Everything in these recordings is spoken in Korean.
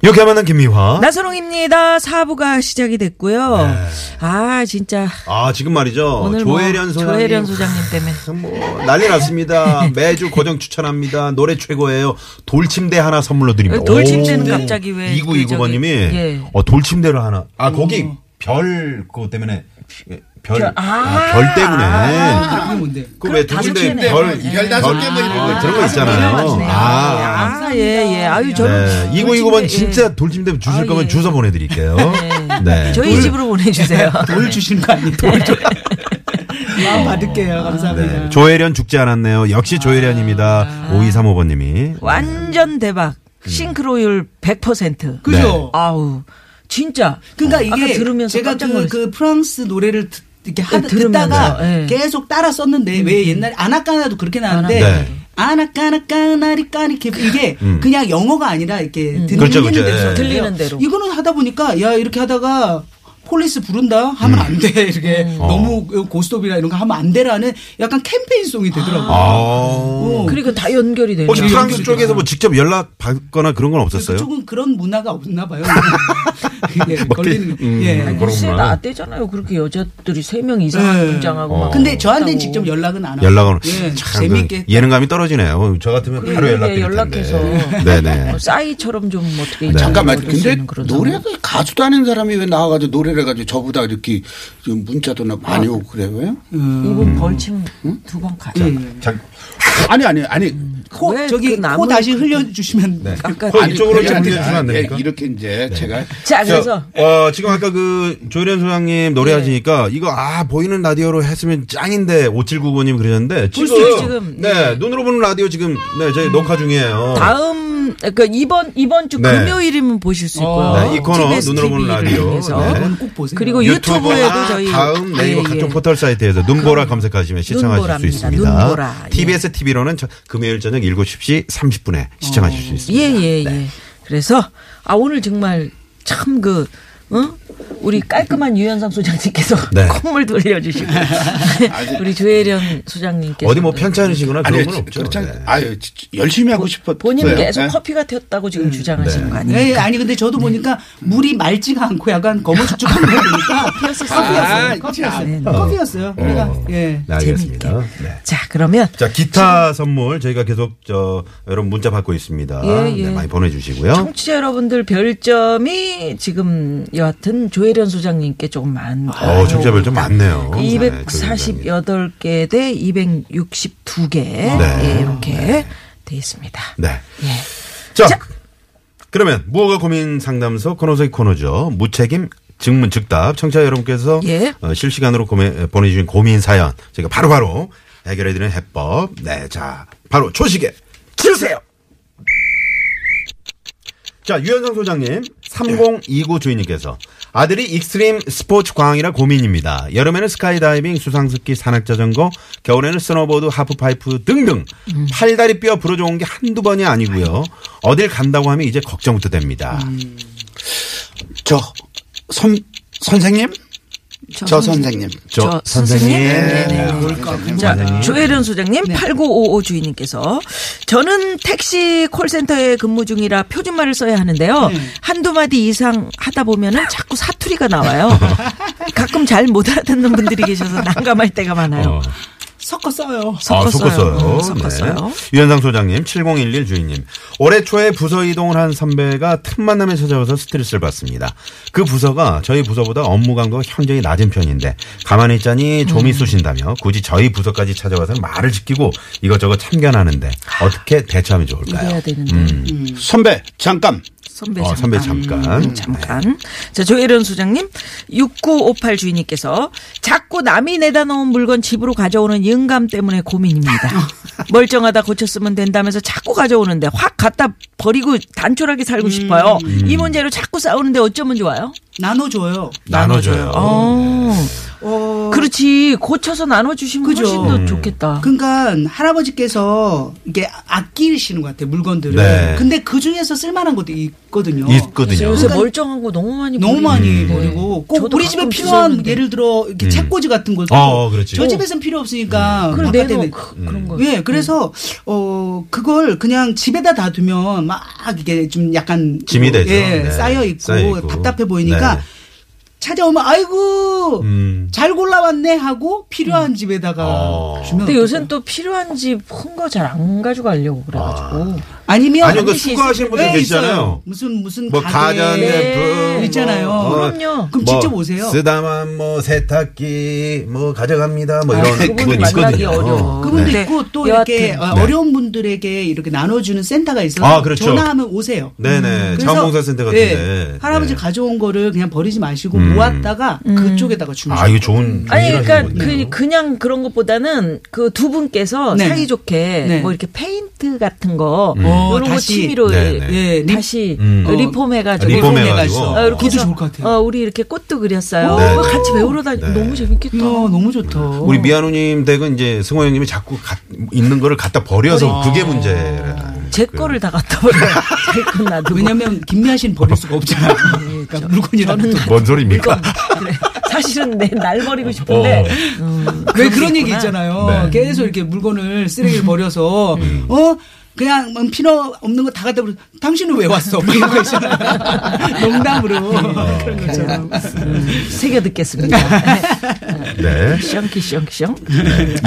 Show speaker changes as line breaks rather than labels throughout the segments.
이렇게 만난 김미화.
나선홍입니다. 사부가 시작이 됐고요. 아 진짜
아 지금 말이죠.
오늘
조혜련
뭐
소장님.
조혜련 소장님 때문에
뭐 난리 났습니다. 매주 고정 추천합니다. 노래 최고예요. 돌침대 하나 선물로 드립니다.
어, 돌침대는 갑자기 왜
2929번님이
그 저기, 예.
어, 돌침대를 하나. 아 거기 별 그거 때문에 별, 아, 별 때문에.
아,
그왜 돌침대
다섯 개네.
별,
예.
별 다섯 개뭐 이런 거 그런 거 있잖아요. 아.
아예예 아유 저는
네,
돌침대,
2929번
예.
진짜 돌침대 주실
아,
거면
예.
주소 보내드릴게요. 네.
저희 집으로 보내주세요.
돌 주시는 거 아니에요? 돌 줘. 마음 받을게요. 감사합니다.
네. 조혜련 죽지 않았네요. 역시 조혜련입니다. 5235번님이.
완전 대박 싱크로율 100%.
그죠?
아우 진짜
그러니까
네. 아까
이게
들으면서
제가
깜짝
그,
놀랐어요.
그 프랑스 노래를 듣, 이렇게 하,
네, 들으면서,
듣다가
예.
계속 따라 썼는데 왜 옛날 아나까나도 그렇게 나왔는데
아나까나. 네.
아나까나까나리까니 이게 그냥 영어가 아니라 이렇게 들리는
그렇죠, 그렇죠.
대로 썼어요.
예.
들리는 대로.
이거는 하다 보니까 야 이렇게 하다가 폴리스 부른다 하면 안 돼 이렇게 너무 고스톱이나 이런 거 하면 안 돼라는 약간 캠페인송이 되더라고요.
아.
그리고 그러니까 다 연결이 되죠.
혹시 프랑스 쪽에서 뭐 직접 연락 받거나 그런 건 없었어요?
그쪽은 그런 문화가 없나 봐요. 예,
막
걸리는 거.
음,
예.
그런
글쎄
그렇구나.
나 되잖아요. 그렇게 여자들이 세 명 이상
예.
등장하고
어.
막
근데 저한테는
그렇다고.
직접 연락은 안 하고.
연락은
예,
참
재밌게.
그 예능감이 떨어지네요. 저 같으면 바로
그래,
연락드릴
예, 연락해서.
텐데. 네네. 네.
어, 싸이처럼 좀 어떻게 이렇게
잠깐만.
어울릴 수
근데
있는 네. 그런
노래가 가수도 아닌 사람이 왜 나와가지고 노래를 해가지고 저보다 이렇게 좀 문자도 나 많이
아.
오고 그래요?
이분
음.
벌침 두 번 가자.
자,
아니 아니 아니.
코,
왜
저기
그 남은
코 다시 흘려주시면.
네.
아까
코 이쪽으로
그게
좀
아니라
올려주면 안 됩니까? 네. 아,
예, 이렇게 이제 제가
자 그래서
저, 어, 지금 아까 그 조혜련 소장님 노래하시니까 이거 아 보이는 라디오로 했으면 짱인데 5799님 그러셨는데
수
지금,
있죠, 지금.
네 눈으로 보는 라디오 지금 네 저희 녹화 중이에요.
다음 그러니까 이번 이번 주
네.
금요일이면 보실 수 있고요.
네, 이 코너
TBS
눈으로 보는
TV 를
라디오.
통해서.
네.
그건 꼭 보세요.
그리고 어, 유튜브에도 저희
다음 네이버
예,
각종
예.
포털 사이트에서 눈보라 검색하시면 시청하실 수
눈보라입니다.
있습니다.
눈보라. 예.
TBS TV로는 금요일 저녁 7시 30분에 시청하실 수 있습니다.
어, 예예예.
네.
그래서 아 오늘 정말 참 그 응? 우리 깔끔한 유현상 소장님께서
네.
콧물 돌려주시고 우리 조혜련 소장님께서
어디 뭐 편찮으시거나 그런
아니
건 없죠.
그렇지 않-
네.
아유 지- 지- 열심히 하고 싶었
본인
네.
계속
네.
커피가 튀었다고
음.
지금 주장하시는
네.
거 아니에요?
예, 예, 아니 근데 저도 보니까 물이 맑지가 않고 약간 검어죽죽한 거 보니까 커피였어요. 커피였어요. 커피였어요. 그러니까 예.
네, 알겠습니다. 네.
자 그러면
자 기타 선물 저희가 계속 저 여러분 문자 받고 있습니다.
예, 예.
네, 많이 보내주시고요.
청취자 여러분들 별점이 지금 여하튼 조혜련 소장님께 조금 많고
어 청취자별 좀
아,
많네요.
그
네, 조혜련 소장님.
248개 대 262개
네.
예, 이렇게 돼 있습니다.
네.
예.
자, 그러면 무허가 고민 상담소 코너 속의 코너죠. 무책임 증문 즉답 청취자 여러분께서
예.
어, 실시간으로 고민, 보내주신 고민 사연 저희가 바로바로 해결해드리는 해법. 네, 자 바로 초식에 치르세요. 자, 유현상 소장님, 3029 주인님께서 아들이 익스트림 스포츠 과항이라 고민입니다. 여름에는 스카이다이빙, 수상스키, 산악자전거, 겨울에는 스노보드, 하프파이프 등등 팔다리 뼈 부러져온 게 한두 번이 아니고요. 어딜 간다고 하면 이제 걱정부터 됩니다.
저 선, 선생님? 저, 선생님.
저 선생님.
네네.
아, 그러니까
자, 조혜련 소장님, 8955 주인님께서 저는 택시 콜센터에 근무 중이라 표준말을 써야 하는데요. 한두 마디 이상 하다 보면은 자꾸 사투리가 나와요. 가끔 잘 못 알아듣는 분들이 계셔서 난감할 때가 많아요.
어.
섞어 써요.
섞었어요.
아, 섞었어요.
음, 섞었어요.
네. 유현상 소장님, 7011 주인님. 올해 초에 부서 이동을 한 선배가 틈 만남에 찾아와서 스트레스를 받습니다. 그 부서가 저희 부서보다 업무 강도가 현저히 낮은 편인데 가만히 있자니
음.
좀이 쑤신다며 굳이 저희 부서까지 찾아와서 말을 지키고 네. 이것저것 참견하는데 어떻게 대처하면 좋을까요?
이래야 되는데.
선배, 잠깐.
선배
어, 선배
잠깐.
잠깐.
음, 잠깐. 자, 조혜련 소장님. 6958 주인님께서 자꾸 남이 내다 놓은 물건 집으로 가져오는 영감 때문에 고민입니다. 멀쩡하다 고쳤으면 된다면서 자꾸 가져오는데 확 갖다 버리고 단촐하게 살고
음.
싶어요. 이
음.
문제로 자꾸 싸우는데 어쩌면 좋아요?
나눠줘요.
나눠줘요.
어.
네.
어,
그렇지. 고쳐서 나눠주시면
그죠.
훨씬 더 좋겠다.
그러니까 할아버지께서 이게 아끼시는 것 같아요 물건들을.
네.
근데 그 중에서 쓸만한 것도 있거든요.
있거든요. 뭐
요새 멀쩡한 거 너무 많이
그러니까
버리고.
너무 많이
음.
버리고 꼭
네. 저도
우리 집에
가끔
필요한
주웠는데.
예를 들어 이렇게 책꽂이 같은 것도
어, 어, 음. 그렇지. 음.
저 집에선 필요 없으니까
그걸
바깥에
내놓
내-
그, 그런 거.
예, 그래서 어 그걸 그냥 집에다 놔두면 막 이게 좀 약간
짐이 되죠.
예,
네.
쌓여 있고
쌓여 있고.
답답해 보이니까
네.
찾아오면 아이고
음.
잘 골라왔네 하고 필요한 집에다가
어.
주면
음. 근데
어떨까요?
요새는 또 필요한 집 큰 거 잘 안 가져가려고 그래가지고.
아니면
아니요, 그
반드시
수거하시는 분들
있어요.
계시잖아요.
무슨 무슨
뭐 가전에
네.
뭐
있잖아요.
그럼요.
그럼 직접 오세요.
쓰다만 뭐 세탁기 뭐 가져갑니다. 뭐
아,
이런
그분이
분
만나기
있거든요.
어려워.
그분도
네.
있고 또
여하튼.
이렇게 어,
네.
어려운 분들에게 이렇게 나눠주는 센터가 있어서
아, 그렇죠.
전화하면 오세요. 음.
네네.
그래서,
자원봉사센터 같은데.
예, 할아버지
네.
가져온 거를 그냥 버리지 마시고
음.
모았다가 그쪽에다가 주무세요.
아 이거 좋은. 좋은
아니
일 하시는
그러니까
거네요.
그, 그냥 그런 것보다는 그 두 분께서
네.
사이좋게
네.
뭐 이렇게 페인트 같은 거
어,
이런 거
다시.
취미로
음. 네, 네.
예, 리-
다시 그
음.
리폼해가지고
리폼해가지고.
어, 이렇게
그것도
해서,
좋을 것 같아요.
어, 우리 이렇게 꽃도 그렸어요.
네.
그거 같이 배우러 다니
네.
너무 재밌겠다.
이야, 너무 좋다.
우리 미아누님 댁은 이제 승호 형님이 자꾸 가- 있는 거를 갖다 버려서 그게 문제라.
제 거를 다 갖다 버려. 제거 놔두고.
왜냐면 김미아 씨는 버릴 수가 없잖아요.
그렇죠.
그러니까 물건이라는 또.
뭔 소리입니까?
이건 그래. 네. 사실은 내 날 버리고 싶은데
어.
음,
왜 그런 얘기 있잖아요.
네.
계속 이렇게 물건을 쓰레기를 버려서 어 그냥 뭐 필요 없는 거 다 갖다 버려. 당신은 왜 왔어? 뭐 이런 거 있잖아요. 농담으로 그런 것처럼.
어, 음, 새겨 듣겠습니다.
네.
렁키렁키렁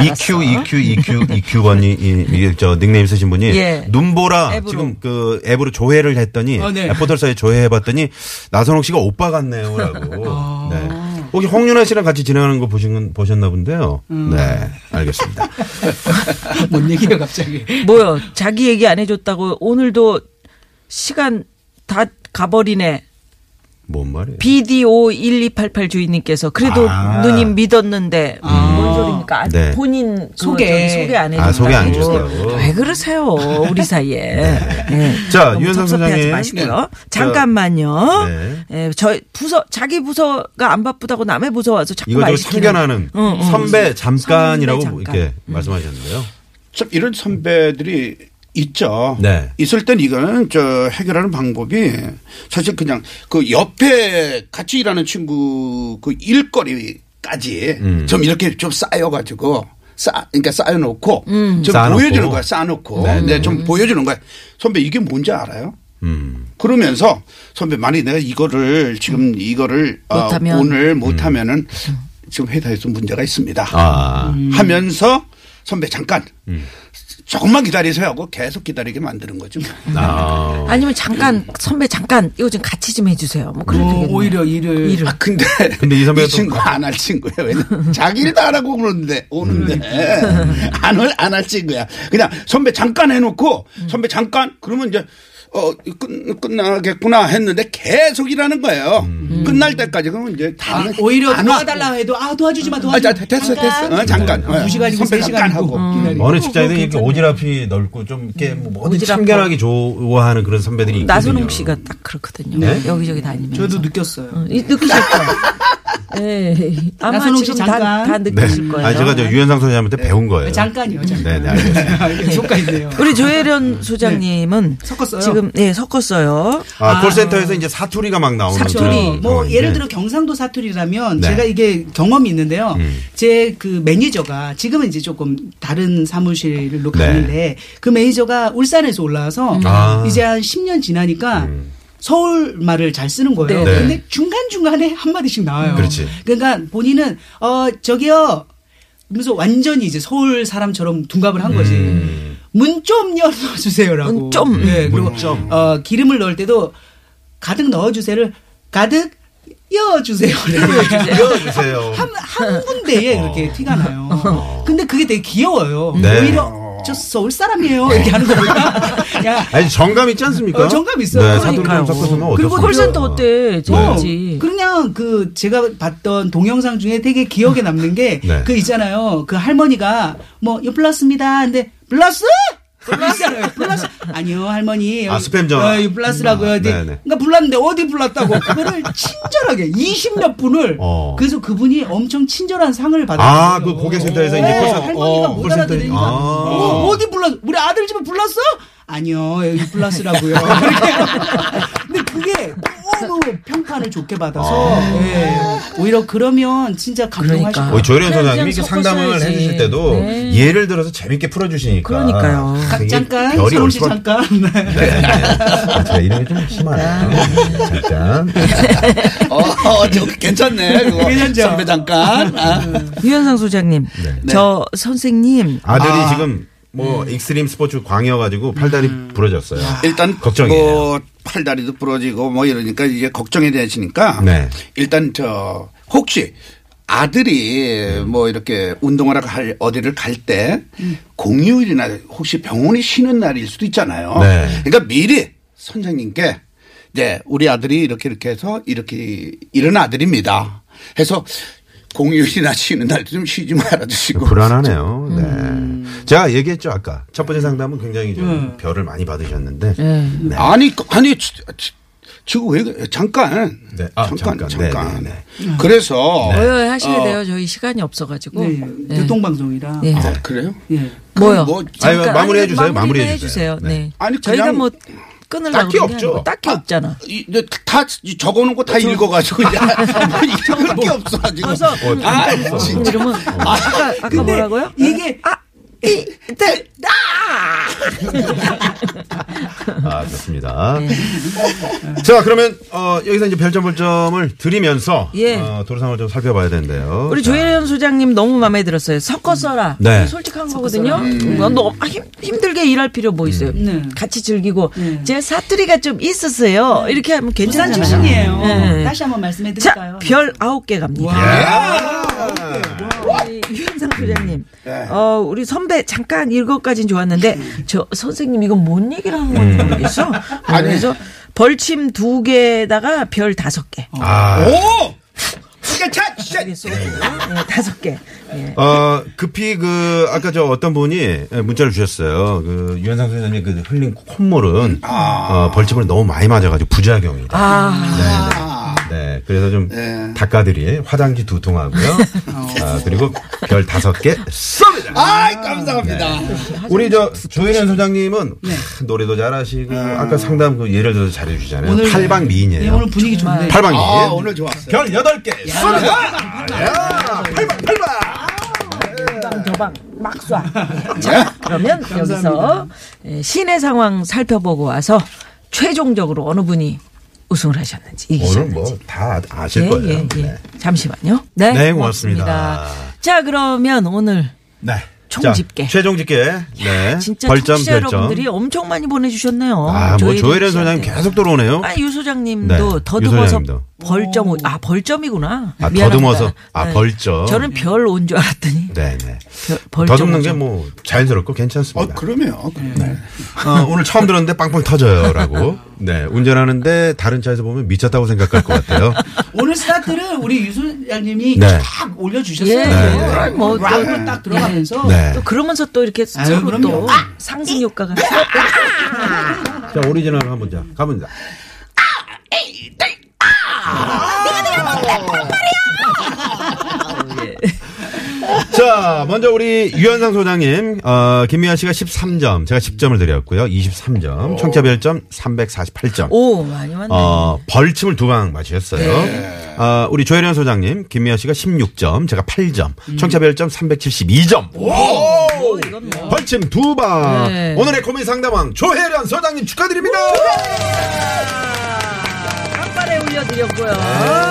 EQ, EQ, EQ, EQ 번이, 이- 이게 저 닉네임 쓰신 분이
예.
눈보라
앱으로.
지금 그 앱으로 조회를 했더니
어, 네.
앱 포털사에 조회해봤더니 나선홍 씨가 오빠 같네요. 라고. 네. 혹시 홍윤아 씨랑 같이 진행하는 거 보신 건 보셨나 본데요. 네. 알겠습니다.
아, 뭔 얘기예요 갑자기.
뭐요? 자기 얘기 안 해줬다고 오늘도 시간 다 가버리네.
뭔 말이에요?
BDO1288 주인님께서 그래도
아. 음.
누님 믿었는데 뭔 소리입니까? 아,
네.
본인 그
소개.
저기 소개 안 해줬다고.
아, 소개 안 해줬다고. 네.
왜 그러세요? 우리 사이에. 예.
자,
너무
유현상
섭섭해하지
소장님.
마시고요. 잠깐만요.
네.
예, 저 부서 자기 부서가 안 바쁘다고 남의 부서 와서 자꾸
이거
말
저
시키는.
참견하는
응, 응.
선배 잠깐이라고 음.
선배 잠깐.
이렇게 말씀하셨는데요.
참 이런 선배들이 있죠.
네.
있을 땐 이거는 저 해결하는 방법이 사실 그냥 그 옆에 같이 일하는 친구 그 일거리까지
음.
좀 이렇게 좀 쌓여가지고 쌓 그러니까 쌓여놓고
음.
좀
쌓아놓고.
보여주는 거야 쌓아놓고
네,
네, 좀 보여주는 거야 선배 이게 뭔지 알아요?
음.
그러면서 선배 만약 내가 이거를 지금 이거를 어,
못하면.
오늘 못하면은 지금 회사에서 문제가 있습니다.
음. 아.
음.
하면서 선배 잠깐
음.
조금만 기다리세요 하고 계속 기다리게 만드는 거죠.
아.
아니면 잠깐 선배 잠깐 이거 좀 같이 좀 해주세요. 뭐 그런
음.
어,
되
오히려 일을
아 근데,
근데 이 선배가 또- 음.
친구 안 할 친구야. 왜냐 자기 일도 안 하고 오는데 오는데 안할안할 친구야. 그냥 선배 잠깐 해놓고
음.
선배 잠깐 그러면 이제 어 끝, 끝나겠구나 했는데 계속 일하는 거예요.
음.
끝날 때까지 그러면 이제
아,
다는
오히려
안 와.
도와달라 해도 아 도와주지 마
아,
도와주지
자,
마.
됐어 됐어 어, 잠깐
두 시간이고 세
선배 잠깐 하고
시간이고 음. 기다리고.
어느 직장에도 이렇게
뭐
오지랖이 넓고 좀 이렇게
음.
뭐 뭐든지
오지랖하고.
참견하기 좋아하는 음, 그런 선배들이 있거든요. 네?
나선홍 씨가 딱 그렇거든요. 여기저기 다니면서.
저도 느꼈어요.
이- 느끼실 거예요. 에이, 아마
나선홍 씨
지금 다,
잠깐.
다
네.
느끼실 거예요.
아 제가 저 유현상 소장님한테 배운 거예요.
네. 잠깐이요
네,
잠깐.
네, 알겠습니다.
음. 속가있네요.
우리 조혜련 소장님은
섞었어요?
지금 예 섞었어요.
네. 아, 콜센터에서 이제 사투리가 막 나오는
그렇죠.
사투리.
그런
뭐
상황인데.
예를 들어 경상도 사투리라면
네.
제가 이게 경험이 있는데요.
음.
제 그 매니저가 지금은 이제 조금 다른 사무실로
네.
가는데 그 매니저가 울산에서 올라와서
음.
아. 음.
이제 한 10년 지나니까 서울 말을 잘 쓰는 거예요.
네.
근데 중간중간에 한마디씩 나와요.
그렇지.
러니까 본인은 어 저기요 그래서 완전히 이제 서울 사람처럼 둔갑을 한 거지. 문 좀 열어주세요라고.
문 좀.
예, 그리고
음. 문 좀.
어, 기름을 넣을 때도 가득 넣어주세요를 가득 여주세요.
이어주세요. 어.
한, 한 군데에 이렇게 티가 나요. 근데 그게 되게 귀여워요.
네.
오히려 저 서울 사람이에요. 이렇게 하는 거보다 야
아니 정감 있지 않습니까?
어, 정감 있어요.
네, 사투리 좀
그러니까요.
섞어서는 어쩔
그리고
수 네.
콜센터
없어요.
어때? 재밌지.
그냥 그 제가 봤던 동영상 중에 되게 기억에 남는 게 그
네.
있잖아요. 그 할머니가 뭐 예, 플러스입니다. 근데 플러스 플러스잖아요. 플러스 아니요 할머니.
아, 스팸 전화. 음, 아,
어, 이 플러스라고요. 어디.
네네.
그러니까 불렀는데 어디 불렀다고 그거를 친절하게 20몇 분을
어.
그래서 그분이 엄청 친절한 상을 받았어요.
아, 그 고객센터에서 이제
네,
콜센터.
할머니가
어,
못
콜센터에-
알아들으니까
아.
어, 어디 불렀어? 우리 아들 집에 불렀어? 아니요 여기 불렀으라고요. 이렇게. 근데 그게 너무 평판을 좋게 받아서 예. 오히려 그러면 진짜 감동하실
그러니까.
거예요.
우리 조혜련
그냥
소장님이 이렇게
그냥
상담을
섞어줘야지.
해주실 때도
네.
예를 들어서 재밌게 풀어주시니까.
그러니까요.
아,
가-
이게
잠깐
별이
서울시
올 수밖에
잠깐 네.
네. 아, 제가 이름이 좀
아,
심하네요. 네, 잠깐.
어, 저 괜찮네. 그거.
괜찮죠?
선배 잠깐. 아.
유현상 소장님,
네.
저 선생님
아들이 지금
음.
뭐 익스트림 스포츠 광이어가지고 팔다리 부러졌어요.
아.
일단
걱정이에요.
뭐 팔다리도 부러지고 뭐 이러니까 이제 걱정이 되시니까
네.
일단 저 혹시 아들이 뭐 이렇게 운동하러 갈 어디를 갈 때 공휴일이나 혹시 병원이 쉬는 날일 수도 있잖아요.
네.
그러니까 미리 선생님께 이제 우리 아들이 이렇게 이렇게 해서 이렇게 이런 아들입니다. 해서 공휴일이나 쉬는 날 좀 쉬지 말아주시고
그 불안하네요. 네.
음.
제가 얘기했죠 아까 첫 번째 상담은 굉장히 좀 별을 많이 받으셨는데. 네.
아니 그- 아니 지- 지- 지금 왜 그래? 잠깐
네, 아, 잠깐.
잠깐 잠깐,
네, 네,
그래서
어여 하셔야 돼요. 저희 시간이 없어가지고. 네.
교통방송이라
네.
아, 그래요?
예.
뭐요?
뭐-
아니,
잠깐,
마무리해
아니,
주세요. 마무리해
마무리나
주세요.
해주세요.
네.
네.
아니,
저희가
그냥
뭐 끊으려고
딱히
그런 게 아니고
없죠.
딱히 없잖아.
이, 네, 다 적어놓은 거 다 읽어가지고 이제 읽을 게 없어가지고
그래서 음,
아 진짜
이름은 아까 아까 뭐라고요?
이게
아 좋습니다.
네.
자 그러면 어, 여기서 이제 별점 벌점을 드리면서
예.
어, 도로상을 좀 살펴봐야 된대요.
우리
자,
조혜련 소장님 너무 마음에 들었어요. 섞어 써라.
네.
솔직한 거거든요. 음. 너무 힘, 힘들게 일할 필요 뭐 있어요.
음.
네.
같이 즐기고
네.
제 사투리가 좀 있었어요. 이렇게 하면
부산
괜찮잖아요.
출신이에요.
네.
다시 한번 말씀해
자,
드릴까요?
별 아홉 개 갑니다. 예. 우리 유현상 소장님,
네.
어, 우리 선배 잠깐 이것까진 좋았는데,
음.
저 선생님 이건 뭔 얘기를 하는 건지 모르겠어. 그래서 벌침 두 개에다가 별 다섯 개.
아,
오 이게 차 진짜
이게 쏘고요. 네, 다섯 개. 예.
어, 급히 그 아까 저 어떤 분이 예, 문자를 주셨어요. 그 유현상 선생님의 그 흘린 콧물은 어, 벌집을 너무 많이 맞아가지고 부작용이다.
아,
네, 네. 네, 그래서 좀 닭가들이 화장지 두 통하고요. 아, 그리고 별 다섯 개 쏩니다.
아 감사합니다
우리 저 조혜련 소장님은 하, 노래도 잘하시고 아까 상담 그 예를 들어서 잘해주잖아요.
오늘-
팔방
네,
미인이에요.
오늘 분위기 좋네.
팔방 미인.
아 오늘 좋았어요
별 여덟 개 쏩니다. 야, 팔방 팔방.
음, 도방 막 쏴. 예.
예?
자, 그러면 여기서 예, 시내 상황 살펴보고 와서 최종적으로 어느 분이 우승을 하셨는지
오늘
이기셨는지.
뭐 다 아실 거예요. 네.
잠시만요. 네,
네, 고맙습니다.
자, 그러면 오늘
네.
총
자,
집계.
최종 집계. 네.
진짜
벌점
청취자
별점.
여러분들이 엄청 많이 보내주셨네요.
아, 뭐 조혜련
씨한테.
소장님 계속 들어오네요.
아, 유 소장님도
네, 유
더듬어서
소장님도.
벌점, 오- 아, 벌점이구나.
아,
미안합니다. 네.
더듬어서. 아, 벌점.
저는 별 온 줄 알았더니.
네, 네.
별- 벌점.
더듬는
오죠.
게 뭐 자연스럽고 괜찮습니다.
어 그러면 네.
어, 오늘 처음 들었는데 빵빵 터져요라고. 네, 운전하는데 다른 차에서 보면 미쳤다고 생각할 것 같아요.
오늘 스타트를 우리 유소장님이
네.
쫙 올려주셨어요.
예,
네.
네. 뭐, 락으로 딱 들어가면서.
네.
또 그러면서 또 이렇게 서로
그럼요.
또 상승 효과가
자, 오리지널 한번 자, 가보자. 자, 먼저 우리 유현상 소장님, 어, 김미아 씨가 13점, 제가 10점을 드렸고요. 23점, 청차 별점 348점.
오 많이 왔네. 네.
어, 벌침을 두 방 맞으셨어요. 아, 우리 조혜련 소장님, 김미아 씨가 16점, 제가 8점, 청차 별점 372점.
음. 오, 이건 뭐.
벌침 두 방.
네.
오늘의 고민 상담왕 조혜련 소장님 축하드립니다.
한발에 올려드렸고요.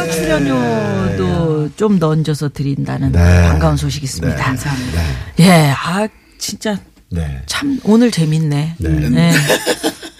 네. 출연료도 아, 좀 얹어서 드린다는
네.
반가운 소식이 있습니다.
감사합니다.
예, 아 진짜
네.
참 오늘 재밌네. 네.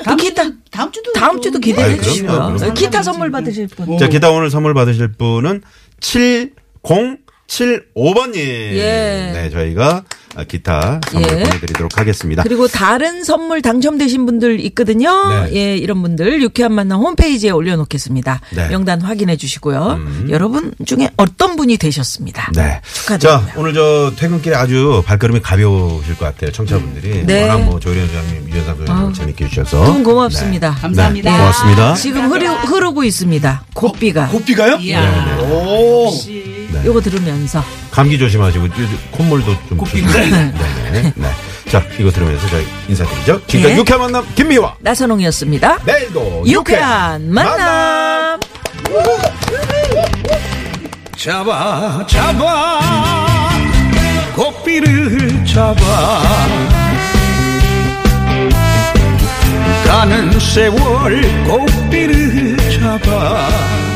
다음 주도, 다음 주도.
다음 주도 기대해
아이, 그럼요,
주시고요.
그럼요.
기타 선물 받으실 분.
자, 기타 오늘 선물 받으실 분은 7075번님.
예.
네, 저희가 아, 기타 선물
예.
보내드리도록 하겠습니다.
그리고 다른 선물 당첨되신 분들 있거든요.
네.
예, 이런 분들 유쾌한 만남 홈페이지에 올려놓겠습니다.
네.
명단 확인해 주시고요. 여러분 중에 어떤 분이 되셨습니다.
네.
축하드립니다.
자, 오늘 저 퇴근길에 아주 발걸음이 가벼우실 것 같아요. 청취자분들이.
네. 아,
워낙 뭐 조혜련 소장님, 유현상 소장님 재밌게 해주셔서.
너무 고맙습니다.
감사합니다.
어? 네, 고맙습니다.
지금 흐르, 흐르고 있습니다. 곱비가.
고삐가요? 오.
요거 들으면서
감기 조심하시고 저- 저 콧물도 좀 조심하시고. 네. 네. 네. 자, 이거 들으면서 저희 인사드리죠. 지금까지
예.
유쾌한 만남 김미화.
나선홍이었습니다.
내일도
유쾌한 만남.
잡아 잡아 고삐를 잡아 가는 세월 고삐를 잡아